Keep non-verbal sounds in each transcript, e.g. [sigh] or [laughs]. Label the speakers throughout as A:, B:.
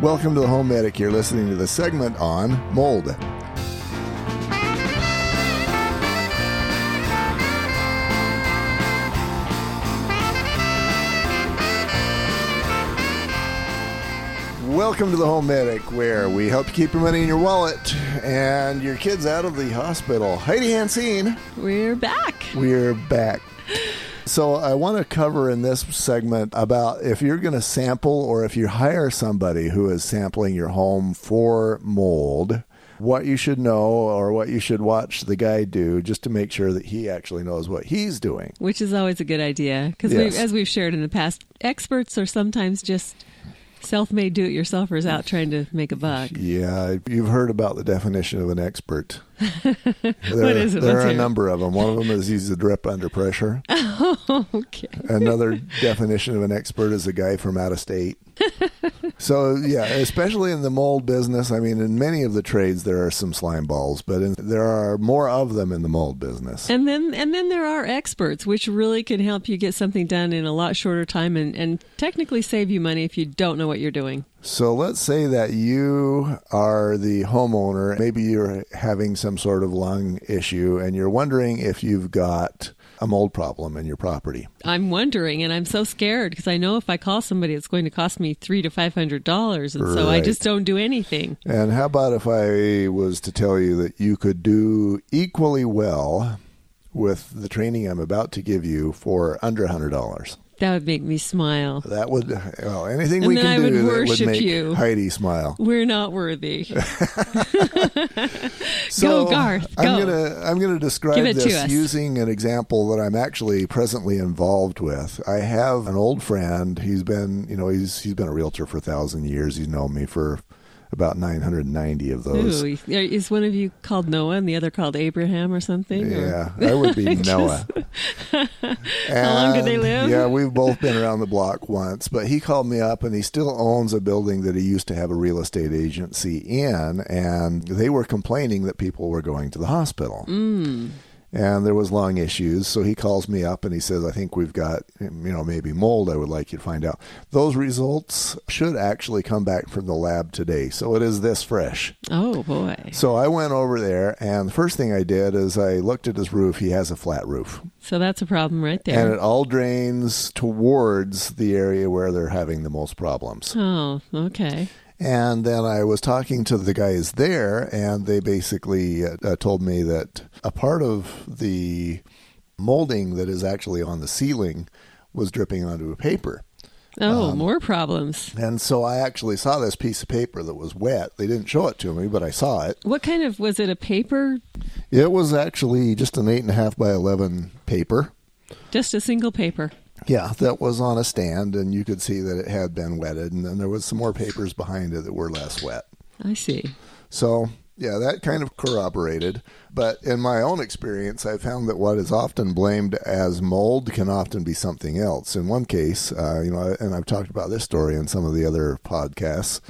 A: Welcome to the Home Medic. You're listening to the segment on mold. Welcome to the Home Medic, where we help you keep your money in your wallet and your kids out of the hospital. Heidi Hansine,
B: We're back.
A: we're back. So, I want to cover in this segment about if you're going to sample or if you hire somebody who is sampling your home for mold, what you should know or what you should watch the guy do just to make sure that he actually knows what he's doing.
B: Which is always a good idea because
A: Yes.
B: as we've shared in the past, experts are sometimes just self-made do-it-yourselfers out trying to make a buck.
A: Yeah, you've heard about the definition of an
B: [laughs]
A: expert. There,
B: What is it?
A: There
B: Let's
A: are a
B: hear it.
A: number of them. One of them is he's a drip under
B: [laughs]
A: pressure.
B: Oh, Okay.
A: Another definition of an expert is a guy from out of state.
B: [laughs]
A: so yeah, especially in the mold business. I mean, in many of the trades there are some slime balls, but in, there are more of them in the mold business.
B: And then and then there are experts which really can help you get something done in a lot shorter time and, and technically save you money if you don't know what you're doing.
A: So let's say that you are the homeowner. Maybe you're having some sort of lung issue, and you're wondering if you've got a mold problem in your property.
B: I'm wondering and I'm so scared because I know if I call somebody it's going to cost me three to five hundred dollars and so I
A: Right.
B: just don't do anything.
A: And how about if I was to tell you that you could do equally well with the training I'm about to give you for under $100?
B: That would make me smile.
A: That would, well, anything
B: And
A: we
B: then
A: can
B: I
A: do
B: would
A: that
B: worship
A: make
B: you.
A: Heidi smile.
B: We're not worthy.
A: So
B: Go, Garth,
A: I'm
B: go.
A: gonna I'm gonna describe
B: Give it to
A: this
B: us.
A: using an example that I'm actually presently involved with. I have an old friend. He's been you know he's he's been a realtor for a thousand years. He's known me for about 990 of those.
B: Ooh, is one of you called Noah and the other called Abraham or something? or-
A: Yeah, I would
B: [laughs]
A: be Noah.
B: How long did they
A: And,
B: live?
A: Yeah, we've both been around the block once, but he called me up and he still owns a building that he used to have a real estate agency in, and they were complaining that people were going to the hospital.
B: Hmm.
A: And there was lung issues, so he calls me up and he says, "I think we've got, you know, maybe mold. I would like you to find out. Those results should actually come back from the lab today, so it is this fresh."
B: Oh boy.
A: So I went over there, and the first thing I did is I looked at his roof. He has a flat roof,
B: So that's a problem right
A: and
B: there.
A: it all drains towards the area where they're having the most problems.
B: Oh, okay.
A: And then I was talking to the guys there, and they basically uh, uh, told me that a part of the molding that is actually on the ceiling was dripping onto a paper.
B: Oh,
A: Um,
B: more problems.
A: And so I actually saw this piece of paper that was wet. They didn't show it to me, but I saw it.
B: What kind of was it? A paper?
A: It was actually just an eight and a half by eleven paper.
B: Just a single paper?
A: Yeah, that was on a stand, and you could see that it had been wetted, and then there was some more papers behind it that were less wet.
B: I see.
A: So, yeah, that kind of corroborated. But in my own experience, I found that what is often blamed as mold can often be something else. In one case, uh, you know, and I've talked about this story in some of the other podcasts.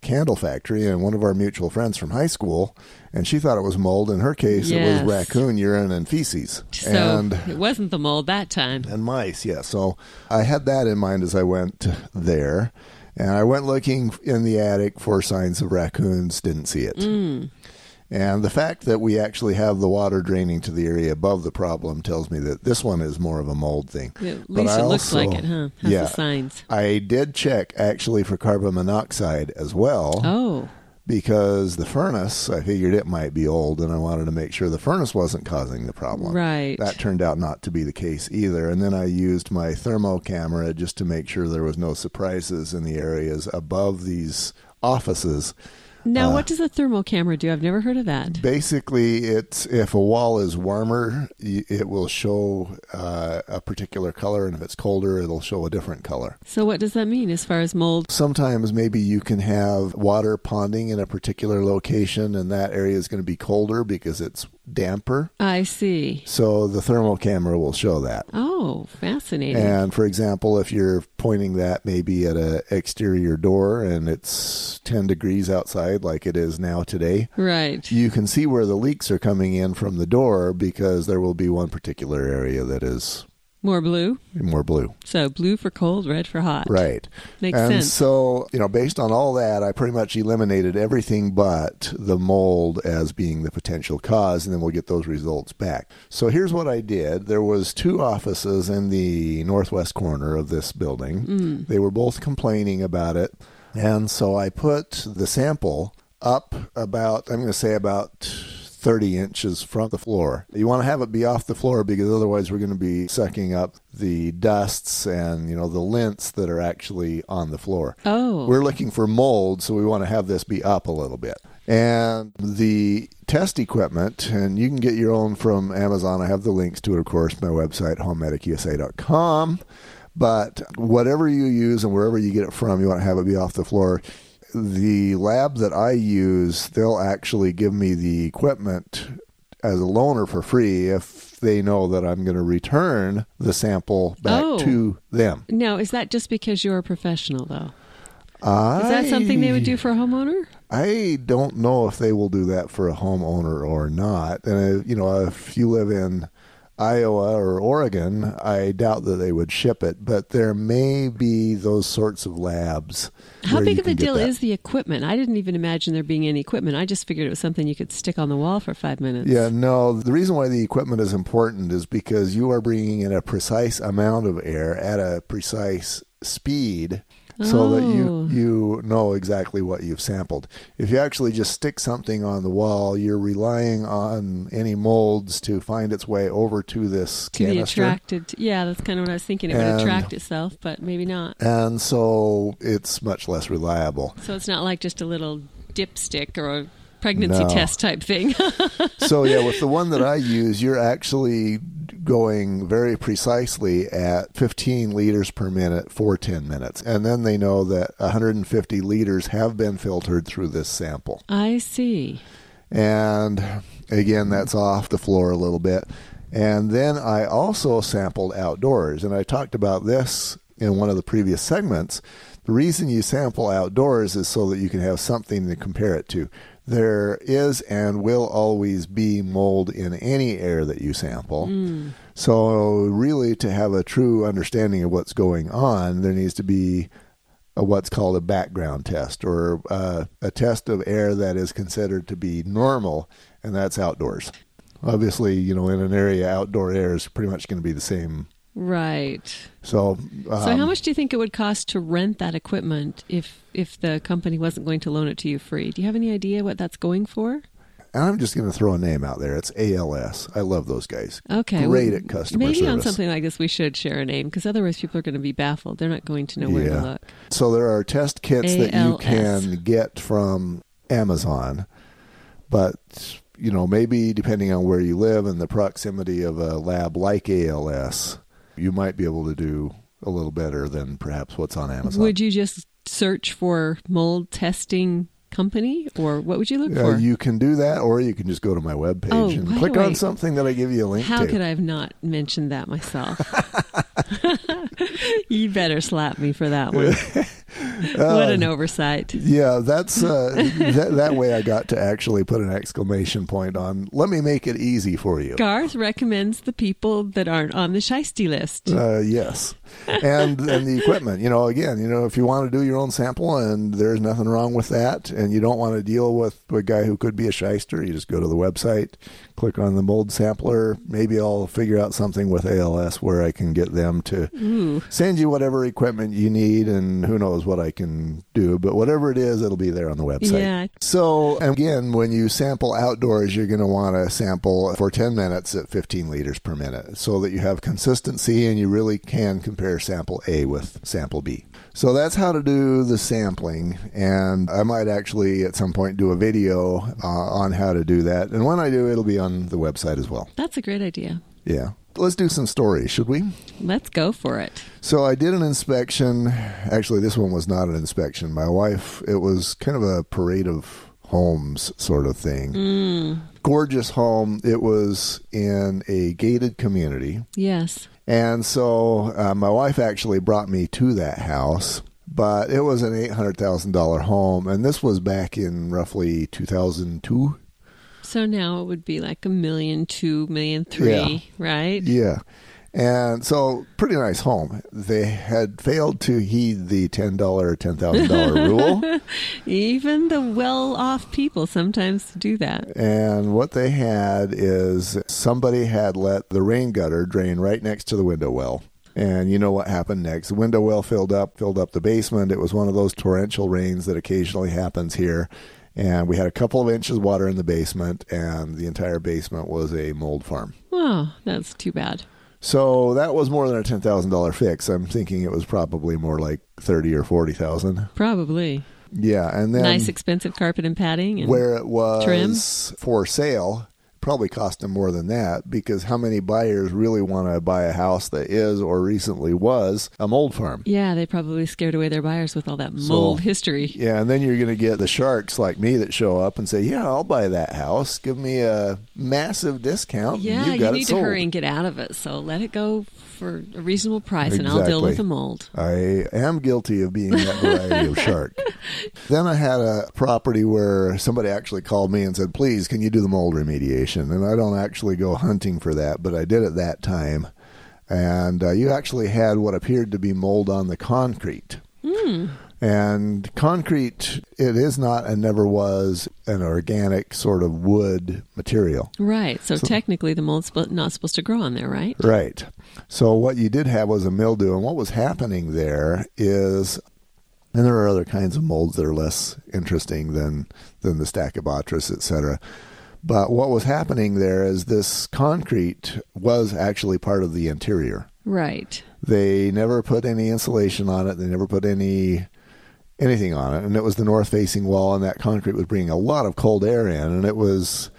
A: Candle factory and one of our mutual friends from high school, and she thought it was mold. In her case, it
B: Yes.
A: was raccoon urine and feces.
B: So
A: and
B: it wasn't the mold that time.
A: and mice. Yeah, so I had that in mind as I went there, and I went looking in the attic for signs of raccoons. Didn't see it.
B: Mm.
A: And the fact that we actually have the water draining to the area above the problem tells me that this one is more of a mold thing.
B: At
A: But
B: least
A: I
B: it looks
A: also-
B: like it, huh? Has
A: yeah,
B: the signs.
A: I did check actually for carbon monoxide as well
B: Oh,
A: because the furnace, I figured it might be old, and I wanted to make sure the furnace wasn't causing the problem.
B: Right.
A: That turned out not to be the case either. And then I used my thermo camera just to make sure there was no surprises in the areas above these offices. uh,
B: now what does a thermal camera do? I've never heard of that.
A: Basically, it's if a wall is warmer, y- it will show uh, a particular color, and if it's colder, it'll show a different color.
B: So what does that mean as far as mold?
A: sometimes maybe you can have water ponding in a particular location and that area is going to be colder because it's damper
B: I see.
A: so the thermal camera will show that
B: Oh, fascinating.
A: and for example if you're pointing that maybe at a exterior door and it's 10 degrees outside like it is now today
B: right.
A: you can see where the leaks are coming in from the door because there will be one particular area that is
B: More blue.
A: more blue.
B: So blue for cold, red for hot.
A: Right.
B: Makes
A: and
B: sense.
A: so, you know, based on all that, I pretty much eliminated everything but the mold as being the potential cause, and then we'll get those results back. So here's what I did. There was two offices in the northwest corner of this building.
B: Mm.
A: They were both complaining about it. And so I put the sample up about, I'm going to say about 30 inches from the floor. You want to have it be off the floor because otherwise we're going to be sucking up the dusts and, you know, the lints that are actually on the floor.
B: Oh.
A: We're looking for mold, so we want to have this be up a little bit. And the test equipment, and you can get your own from Amazon. I have the links to it, of course, my website, homemedicusa.com. But whatever you use and wherever you get it from, you want to have it be off the floor the lab that I use, they'll actually give me the equipment as a loaner for free if they know that I'm going to return the sample back
B: Oh.
A: to them.
B: Now, is that just because you're a professional, though?
A: I,
B: Is that something they would do for a homeowner?
A: I don't know if they will do that for a homeowner or not. And uh, you know, if you live in Iowa or Oregon, I doubt that they would ship it. But there may be those sorts of labs.
B: How
A: where
B: big
A: you
B: of a
A: can get
B: deal
A: that.
B: is the equipment? I didn't even imagine there being any equipment. I just figured it was something you could stick on the wall for five minutes.
A: Yeah, no. The reason why the equipment is important is because you are bringing in a precise amount of air at a precise speed so that
B: Oh.
A: you you know exactly what you've sampled. If you actually just stick something on the wall, you're relying on any molds to find its way over to this
B: To be
A: canister.
B: attracted. To, yeah, that's kind of what I was thinking. It would
A: And-
B: attract itself, but maybe not.
A: and so it's much less reliable.
B: So it's not like just a little dipstick or a pregnancy
A: No.
B: test type thing. [laughs]
A: so yeah, with the one that I use, you're actually going very precisely at 15 liters per minute for 10 minutes, and then they know that 150 liters have been filtered through this sample.
B: I see.
A: And again, that's off the floor a little bit. And then I also sampled outdoors, and I talked about this in one of the previous segments. The reason you sample outdoors is so that you can have something to compare it to. There is and will always be mold in any air that you sample. So, really, to have a true understanding of what's going on, there needs to be a, what's called a background test or uh, a test of air that is considered to be normal, and that's outdoors. Obviously, you know, in an area, outdoor air is pretty much going to be the same.
B: Right.
A: So, uh,
B: So, how much do you think it would cost to rent that equipment if if the company wasn't going to loan it to you free? Do you have any idea what that's going for?
A: and I'm just going to throw a name out there. It's ALS. I love those guys.
B: Okay,
A: Great
B: well,
A: at customer
B: Maybe on
A: service.
B: something like this, we should share a name because otherwise, people are going to be baffled. They're not going to know where to look.
A: So there are test kits that you
B: ALS.
A: can get from Amazon, but you know maybe depending on where you live and the proximity of a lab like ALS, you might be able to do a little better than perhaps what's on Amazon.
B: Would you just search for mold testing company, or what would you look
A: Uh,
B: for?
A: you can do that, or you can just go to my webpage
B: Oh,
A: and
B: why
A: click
B: do
A: on
B: I-
A: something that I give you a link
B: How
A: to.
B: could I have not mentioned
A: [laughs]
B: that myself? [laughs] you better slap me for that
A: [laughs]
B: one. what
A: Um,
B: an oversight.
A: Yeah, that's
B: [laughs]
A: uh, that, that way I got to actually put an exclamation point on. Let me make it easy for you.
B: Garth recommends the people that aren't on the shiesty list.
A: Uh, yes, and and the equipment. You know, again, you know, if you want to do your own sample, and there's nothing wrong with that, and you don't want to deal with a guy who could be a shyster, you just go to the website, click on the mold sampler. Maybe I'll figure out something with ALS where I can get them to
B: Ooh,
A: send you whatever equipment you need, and who knows what I can do. But whatever it is, it'll be there on the website.
B: yeah.
A: So again, when you sample outdoors, you're going to want to sample for 10 minutes at 15 liters per minute so that you have consistency and you really can compare sample A with sample B. So that's how to do the sampling. And I might actually at some point do a video uh, on how to do that. And when I do, it'll be on the website as well.
B: That's a great idea.
A: Yeah. Let's do some stories, should we?
B: Let's go for it.
A: So I did an inspection. Actually, this one was not an inspection. My wife, it was kind of a parade of homes sort of thing. Gorgeous home. It was in a gated community.
B: Yes.
A: And so uh, my wife actually brought me to that house, but it was an $800,000 home. And this was back in roughly 2002.
B: So now it would be like a million, two million, three, right?
A: Yeah. And so, pretty nice home. They had failed to heed the $10, $10,000 rule.
B: Even the well off people sometimes do that.
A: And what they had is somebody had let the rain gutter drain right next to the window well. And you know what happened next? The window well filled up, filled up the basement. It was one of those torrential rains that occasionally happens here. And we had a couple of inches of water in the basement, and the entire basement was a mold farm.
B: Oh, that's too bad.
A: So that was more than a ten thousand dollar fix. I'm thinking it was probably more like thirty or forty thousand.
B: Probably.
A: Yeah, and then
B: nice expensive carpet and padding and
A: where it was
B: Trim.
A: for sale probably cost them more than that because how many buyers really want to buy a house that is or recently was a mold farm?
B: yeah, they probably scared away their buyers with all that mold history.
A: Yeah, and then you're going to get the sharks like me that show up and say, "Yeah, I'll buy that house. Give me a massive discount.
B: Yeah,
A: and you got
B: you
A: it
B: need to
A: sold."
B: hurry and get out of it. So let it go for a reasonable price and I'll deal
A: Exactly.
B: with the mold.
A: I am guilty of being that variety of shark. Then I had a property where somebody actually called me and said, "Please, can you do the mold remediation?" And I don't actually go hunting for that, but I did it that time. And uh, you actually had what appeared to be mold on the concrete. And concrete, it is not and never was an organic sort of wood material.
B: Right. So, technically the mold's sp- not supposed to grow on there, right?
A: Right. So what you did have was a mildew, and what was happening there is, and there are other kinds of molds that are less interesting than than the Stachybotrys, etc. But what was happening there is this concrete was actually part of the interior.
B: Right.
A: They never put any insulation on it. They never put any anything on it, and it was the north facing wall, and that concrete was bringing a lot of cold air in, and it was.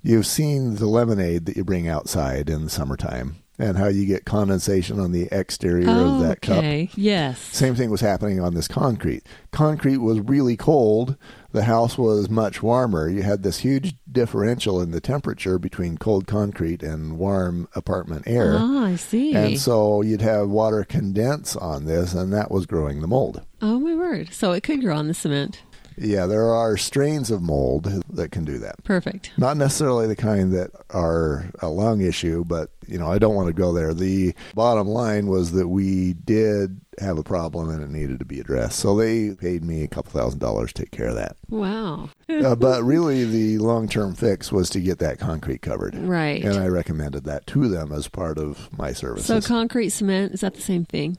A: You've seen the lemonade that you bring outside in the summertime, and how you get condensation on the exterior of that cup.
B: okay. Yes.
A: Same thing was happening on this concrete. Concrete was really cold. The house was much warmer. You had this huge differential in the temperature between cold concrete and warm apartment air.
B: Ah, I see.
A: And so you'd have water condense on this, and that was growing the mold.
B: oh my word. So it could grow on the cement.
A: Yeah, there are strains of mold that can do that.
B: Perfect.
A: Not necessarily the kind that are a lung issue, but you know, I don't want to go there. The bottom line was that we did have a problem and it needed to be addressed. So they paid me a couple thousand dollars to take care of
B: [laughs]
A: that.
B: Wow.
A: Uh, but really, the long term fix was to get that concrete covered.
B: Right.
A: And I recommended that to them as part of my services.
B: So concrete cement is that the same thing?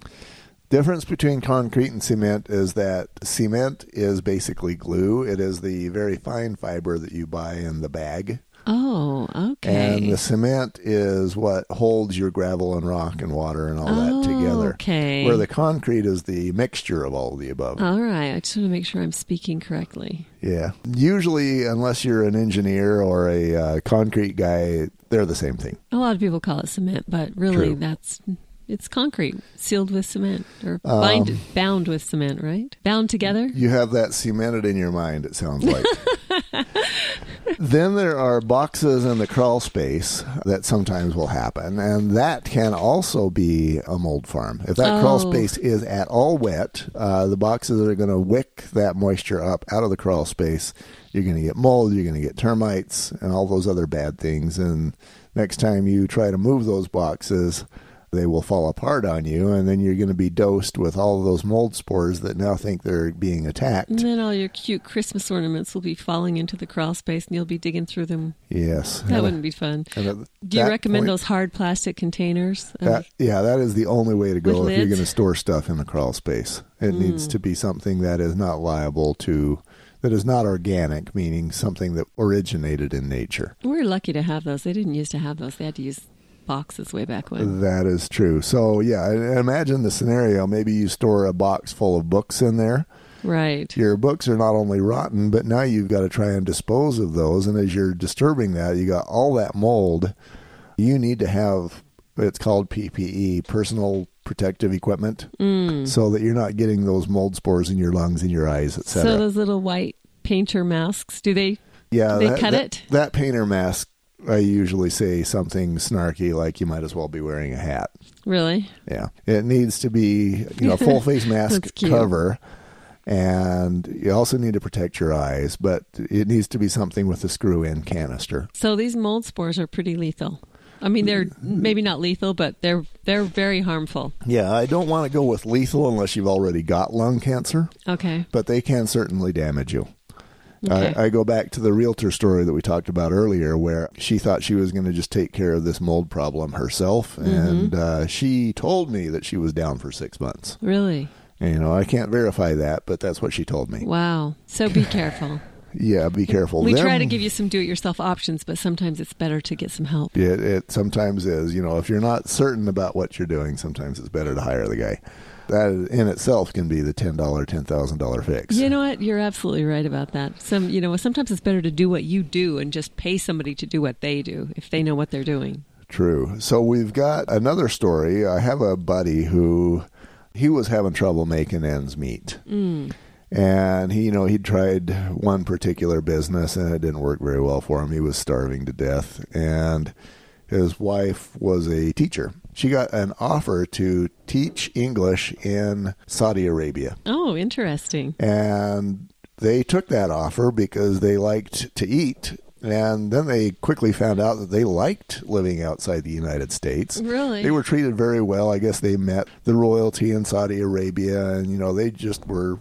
A: Difference between concrete and cement is that cement is basically glue. It is the very fine fiber that you buy in the bag.
B: Oh, okay.
A: And the cement is what holds your gravel and rock and water and all that together.
B: Okay. Uh.
A: Where the concrete is the mixture of all of the above.
B: All right. I just want to make sure I'm speaking correctly.
A: Yeah. Usually, unless you're an engineer or a uh, concrete guy, they're the same thing.
B: A lot of people call it cement, but really
A: True.
B: that's it's concrete sealed with cement or
A: Um,
B: bind, bound with cement, right? Bound together.
A: You have that cemented in your mind, it sounds like. then there are boxes in the crawl space that sometimes will happen, and that can also be a mold farm. If that crawl
B: Oh.
A: space is at all wet, uh, the boxes are going to wick that moisture up out of the crawl space. You're going to get mold, you're going to get termites, and all those other bad things. And next time you try to move those boxes, they will fall apart on you, and then you're going to be dosed with all of those mold spores that now think they're being attacked.
B: And then all your cute Christmas ornaments will be falling into the crawl space and you'll be digging through them.
A: Yes.
B: That wouldn't be fun.
A: And at
B: Do you
A: that
B: recommend
A: point-
B: those hard plastic containers? Um,
A: That, yeah, that is the only way to go
B: With
A: if you're
B: lids? Mm.
A: going to store stuff in the crawl space. It needs to be something that is not liable to, that is not organic, meaning something that originated in nature.
B: We're lucky to have those. They didn't used to have those. They had to use boxes way back when.
A: That is true. So, yeah, I- I imagine the scenario. Maybe you store a box full of books in there.
B: Right.
A: Your books are not only rotten, but now you've got to try and dispose of those. And as you're disturbing that, you got all that mold. You need to have it's called PPE, personal protective equipment,
B: Mm.
A: so that you're not getting those mold spores in your lungs, in your eyes,
B: So
A: etc.
B: those little white painter masks, do they?
A: yeah,
B: they
A: that,
B: cut
A: that-
B: it?
A: That painter mask. I usually say something snarky like you might as well be wearing a hat.
B: Really?
A: Yeah. It needs to be, you know,
B: [laughs]
A: full face mask
B: That's cute.
A: cover. And you also need to protect your eyes, but it needs to be something with a screw in canister.
B: So these mold spores are pretty lethal. I mean, they're
A: Mm-hmm.
B: maybe not lethal, but they're they're very harmful.
A: Yeah, I don't want to go with lethal unless you've already got lung cancer,
B: Okay.
A: but they can certainly damage you.
B: Okay.
A: I, I go back to the realtor story that we talked about earlier, where she thought she was going to just take care of this mold problem herself,
B: Mm-hmm.
A: and uh, she told me that she was down for six months.
B: really?
A: You know, I can't verify that, but that's what she told me.
B: Wow. So be careful.
A: Yeah, be careful.
B: We
A: Them-
B: try to give you some do-it-yourself options, but sometimes it's better to get some help.
A: It, it sometimes is. You know, if you're not certain about what you're doing, sometimes it's better to hire the guy. That in itself can be the ten dollar, ten thousand dollar fix.
B: You know what? You're absolutely right about that. Some, you know, sometimes it's better to do what you do and just pay somebody to do what they do if they know what they're doing.
A: True. So we've got another story. I have a buddy who he was having trouble making ends meet. And he, you know, he tried one particular business and it didn't work very well for him. He was starving to death. And his wife was a teacher. She got an offer to teach English in Saudi Arabia.
B: Oh, interesting.
A: And they took that offer because they liked to eat. And then they quickly found out that they liked living outside the United States.
B: Really?
A: They were treated very well. I guess they met the royalty in Saudi Arabia. And, you know, they just were,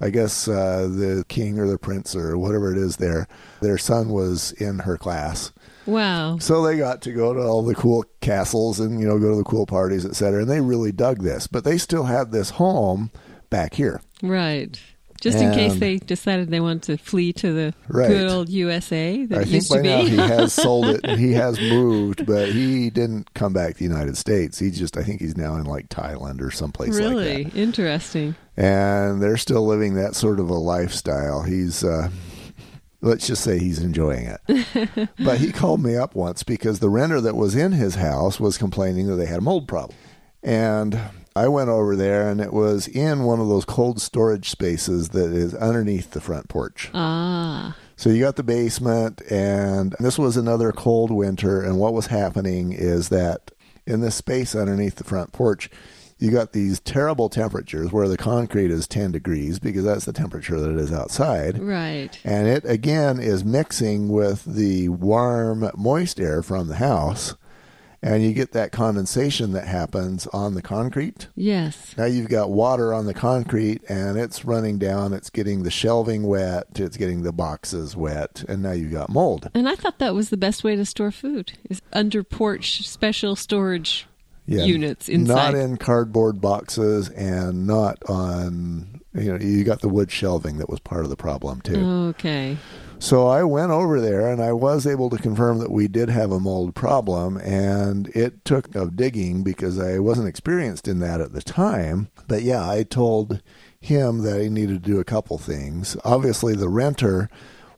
A: I guess, uh, the king or the prince or whatever it is there. Their son was in her class.
B: Wow.
A: So they got to go to all the cool castles and, you know, go to the cool parties, et cetera. And they really dug this. But they still had this home back here.
B: Right. Just in case
A: And-
B: they decided they wanted to flee to the
A: Right.
B: good old USA that
A: I
B: it
A: think
B: used
A: by
B: to
A: now
B: be.
A: he
B: [laughs]
A: has sold it. and He has moved, but he didn't come back to the United States. He just, I think he's now in like Thailand or someplace
B: really
A: like
B: interesting.
A: that. And they're still living that sort of a lifestyle. He's, uh, let's just say he's enjoying it.
B: [laughs]
A: but he called me up once because the renter that was in his house was complaining that they had a mold problem. And I went over there and it was in one of those cold storage spaces that is underneath the front porch.
B: Ah,
A: So you got the basement, and this was another cold winter. And what was happening is that in this space underneath the front porch, you got these terrible temperatures where the concrete is 10 degrees because that's the temperature that it is outside.
B: right.
A: And it again is mixing with the warm, moist air from the house. And you get that condensation that happens on the concrete.
B: Yes.
A: Now you've got water on the concrete and it's running down. It's getting the shelving wet. It's getting the boxes wet. And now you've got mold.
B: And I thought that was the best way to store food is under porch special storage units
A: Not
B: inside.
A: in cardboard boxes and not on, you know, you got the wood shelving that was part of the problem too.
B: okay.
A: So I went over there and I was able to confirm that we did have a mold problem. And it took of digging because I wasn't experienced in that at the time. But yeah, I told him that he needed to do a couple things. Obviously, the renter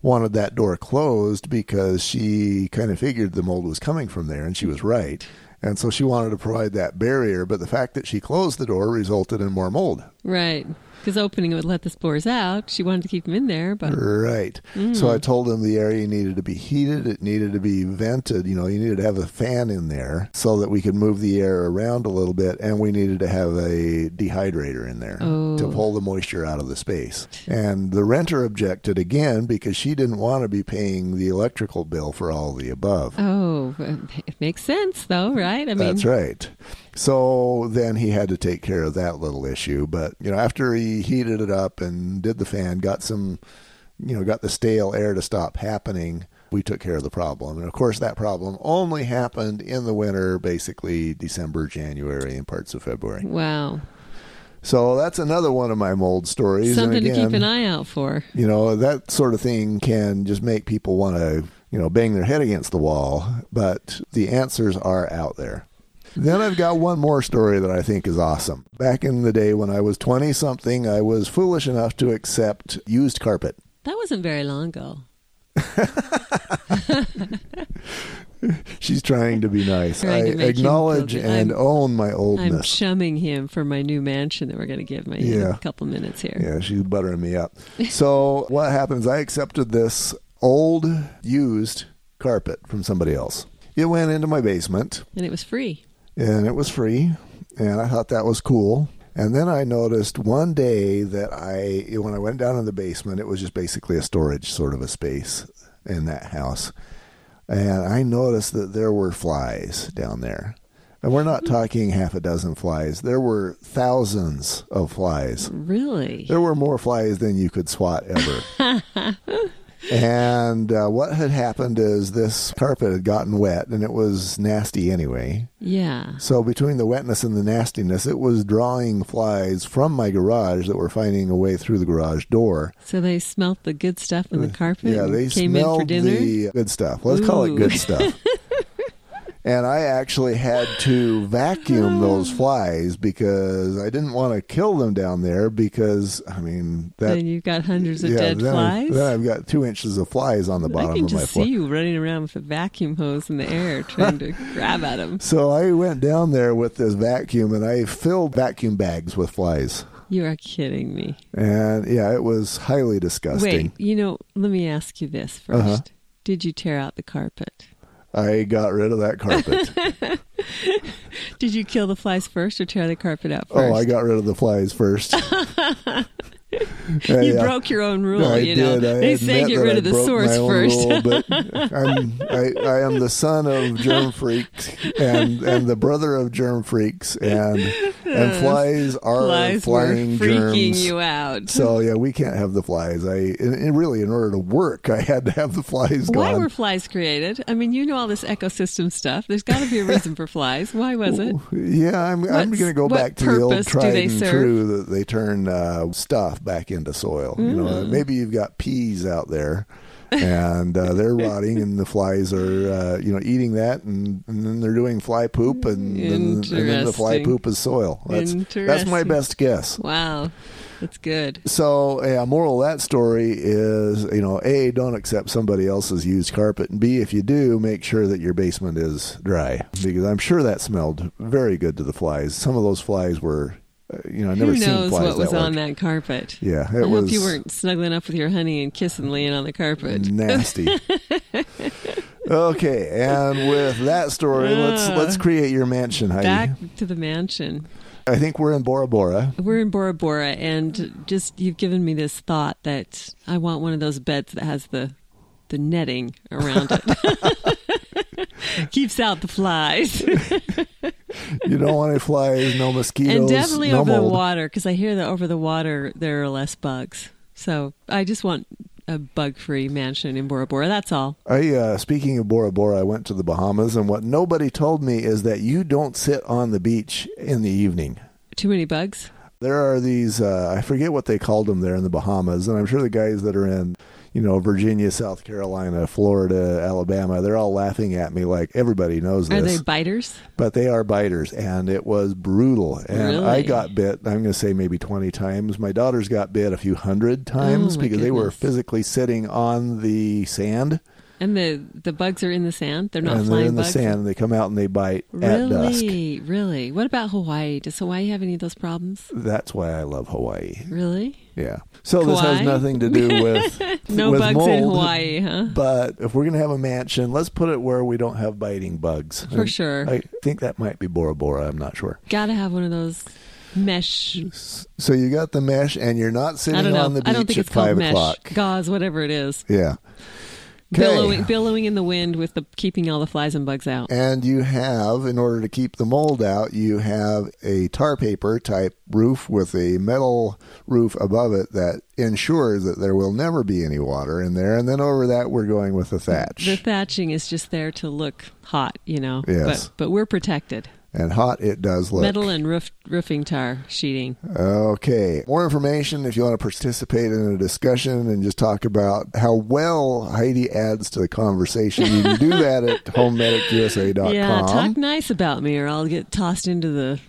A: wanted that door closed because she kind of figured the mold was coming from there and she was right. And so she wanted to provide that barrier. But the fact that she closed the door resulted in more mold.
B: Right. Because opening it would let the spores out. She wanted to keep them in there, but
A: Right. So I told him the area needed to be heated. It needed to be vented. You know, you needed to have a fan in there so that we could move the air around a little bit. And we needed to have a dehydrator in there to
B: Oh.
A: pull the moisture out of the space. And the renter objected again because she didn't want to be paying the electrical bill for all the above.
B: oh, it makes sense though, right? I mean,
A: That's right. So then he had to take care of that little issue. But you know, after he heated it up and did the fan, got some, you know, got the stale air to stop happening. We took care of the problem, and of course, that problem only happened in the winter, basically December, January, and parts of February.
B: wow.
A: So that's another one of my mold stories. and
B: Something to keep
A: again,
B: an eye out for.
A: you know that sort of thing can just make people want to you know bang their head against the wall but the answers are out there then i've got one more story that i think is awesome back in the day when i was 20 something i was foolish enough to accept used carpet
B: That wasn't very long ago.
A: she's trying to be nice
B: [laughs] Trying to
A: i
B: make him
A: acknowledge
B: feel good.
A: and
B: I'm-
A: own my
B: I'm
A: oldness
B: chumming him for my new mansion that we're going to give me in
A: Yeah.
B: a couple minutes here.
A: yeah she's buttering me
B: [laughs]
A: up so what happens i accepted this old used carpet from somebody else it went into my basement
B: And it was free.
A: and it was free and i thought that was cool and then i noticed one day that i when i went down in the basement it was just basically a storage sort of a space in that house and I noticed that there were flies down there. And we're not talking half a dozen flies. There were thousands of flies.
B: Really?
A: There were more flies than you could swat ever. and uh, what had happened is this carpet had gotten wet and it was nasty anyway.
B: Yeah.
A: So between the wetness and the nastiness, it was drawing flies from my garage that were finding a way through the garage door.
B: So they smelt the good stuff in the carpet
A: Yeah,
B: and
A: they
B: Hmm. came in for
A: smelled
B: dinner?
A: the good stuff. Let's call it
B: Ooh.
A: good stuff.
B: [laughs]
A: and I actually had to vacuum
B: Oh.
A: those flies because I didn't want to kill them down there because I mean that
B: then you've got hundreds of
A: yeah,
B: dead
A: then, I,
B: flies.
A: then I've got two inches of flies on the
B: I
A: bottom
B: can
A: of my
B: just
A: floor.
B: see you running around with a vacuum hose in the air
A: [laughs]
B: trying to grab at them.
A: So I went down there with this vacuum and I filled vacuum bags with flies.
B: You are kidding me.
A: And yeah, it was highly disgusting. Uh-huh.
B: Wait, you know, let me ask you this 1st Did you tear out the carpet?
A: I got rid of that
B: [laughs]
A: carpet.
B: Did you kill the flies first or tear the carpet out first?
A: oh, I got rid of the flies
B: [laughs]
A: first.
B: You
A: Yeah.
B: broke your own rule,
A: I
B: you
A: did.
B: know.
A: I
B: they say
A: admit
B: get
A: that
B: rid
A: I
B: of the
A: broke my
B: source
A: own
B: first. [laughs]
A: rule, but I'm, I, I am the son of
B: [laughs]
A: germ freaks and, and the brother of germ freaks, and
B: [laughs]
A: and flies are
B: flies were
A: flying
B: freaking
A: germs.
B: you out.
A: So yeah, we can't have the flies. I and, and really, in order to work, I had to have the flies
B: Why
A: gone.
B: were flies created? I mean, you know all this ecosystem stuff. There's got to be a reason for flies. Why was it?
A: yeah, I'm I'm
B: What's-
A: going to go
B: what
A: back to the old
B: purpose do
A: tried
B: they
A: and
B: serve?
A: true that they turn uh, stuff back into soil. You know,
B: Mm.
A: maybe you've got peas out there, and uh,
B: [laughs]
A: they're rotting, and the flies are uh, you know eating that, and, and then they're doing fly poop, and then, and then the fly
B: Interesting.
A: poop is soil. That's that's my
B: Interesting.
A: best guess.
B: Wow, that's good.
A: So, yeah, moral of that story is, you know, A, don't accept somebody else's used carpet. And B, if you do, make sure that your basement is dry because I'm sure that smelled very good to the flies. Some of those flies were, uh, you know, I've never
B: Who
A: seen
B: knows
A: flies
B: what was
A: that
B: on
A: large.
B: that carpet?
A: Yeah, it
B: I
A: was
B: hope you weren't snuggling up with your honey and kissing laying on the carpet.
A: nasty.
B: [laughs]
A: okay, and with that story, let's
B: Uh,
A: let's create your mansion, Heidi.
B: Back to the mansion.
A: I think we're in Bora Bora.
B: We're in Bora Bora, and just you've given me this thought that I want one of those beds that has the the netting around it. [laughs] Keeps out the flies,
A: You don't want any flies, no mosquitoes,
B: and definitely
A: no
B: over the
A: mold.
B: water because I hear that over the water there are less bugs. So I just want a bug-free mansion in Bora Bora. That's all.
A: I uh, speaking of Bora Bora, I went to the Bahamas, and what nobody told me is that you don't sit on the beach in the evening.
B: Too many bugs.
A: There are these uh, I forget what they called them there in the Bahamas, and I'm sure the guys that are in you know Virginia, South Carolina, Florida, Alabama, they're all laughing at me like everybody knows
B: Are
A: this,
B: they biters?
A: but they are biters, and it was brutal. And I
B: Really?
A: got bit. I'm going to say maybe 20 times. My daughters got bit a few hundred times
B: Oh my
A: because they were
B: goodness.
A: physically sitting on the sand.
B: And the the bugs are in the sand. They're not
A: and
B: flying
A: they're in the
B: bugs.
A: sand and they come out and they bite at dusk.
B: Really, really. What about Hawaii? Does Hawaii have any of those problems?
A: That's why I love Hawaii.
B: Really?
A: Yeah. So this has
B: Kauai?
A: nothing to
B: [laughs]
A: do with
B: No
A: with
B: bugs in
A: mold,
B: Hawaii, huh?
A: [laughs] But if we're gonna have a mansion, let's put it where we don't have biting bugs.
B: For sure.
A: I think that might be Bora Bora. I'm not sure.
B: Gotta have one of those mesh.
A: So you got the mesh, and you're not
B: I
A: sitting
B: don't know.
A: on the beach
B: I don't think
A: at
B: it's called
A: five
B: mesh.
A: o'clock.
B: Gauze, whatever it is.
A: Yeah. 'Kay.
B: Billowing, billowing in the wind with the keeping all the flies and bugs out.
A: And you have, in order to keep the mold out, you have a tar paper type roof with a metal roof above it that ensures that there will never be any water in there. And then over that, we're going with a thatch.
B: The thatching is just there to look hot, you know.
A: Yes.
B: But but we're protected.
A: and hot it does look.
B: Metal and roof roofing tar sheeting.
A: Okay. More information if you want to participate in a discussion and just talk about how well Heidi adds to the conversation. You can do that
B: [laughs]
A: at homemedicusa.com.
B: Yeah, talk nice about me, or I'll get tossed into the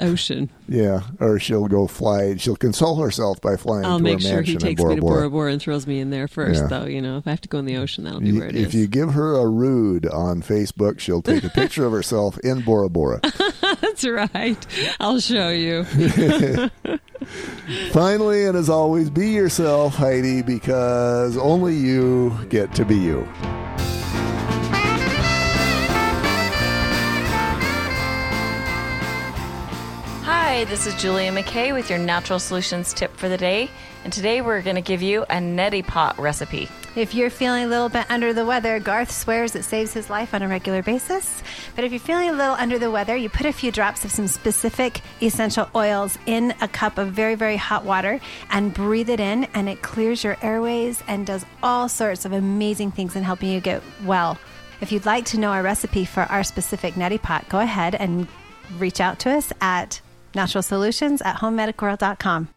B: ocean.
A: Yeah, or she'll go fly. She'll console herself by flying
B: I'll
A: to
B: make
A: a
B: sure
A: mansion
B: he
A: in
B: takes
A: Bora
B: me to
A: Bora.
B: Bora Bora and throws me in there first,
A: Yeah.
B: though. You know, if I have to go in the ocean, that'll be
A: You-
B: where it is.
A: if you give her a rude on Facebook, she'll take a picture of herself in Bora Bora.
B: [laughs] That's right. I'll show you.
A: Finally, and as always, be yourself, Heidi, because only you get to be you.
C: Hi, this is Julia McKay with your Natural Solutions tip for the day, and today we're going to give you a neti pot recipe.
D: If you're feeling a little bit under the weather, Garth swears it saves his life on a regular basis. But if you're feeling a little under the weather, you put a few drops of some specific essential oils in a cup of very, very hot water and breathe it in, and it clears your airways and does all sorts of amazing things in helping you get well. If you'd like to know our recipe for our specific neti pot, go ahead and reach out to us at naturalsolutions at homemedicworld.com.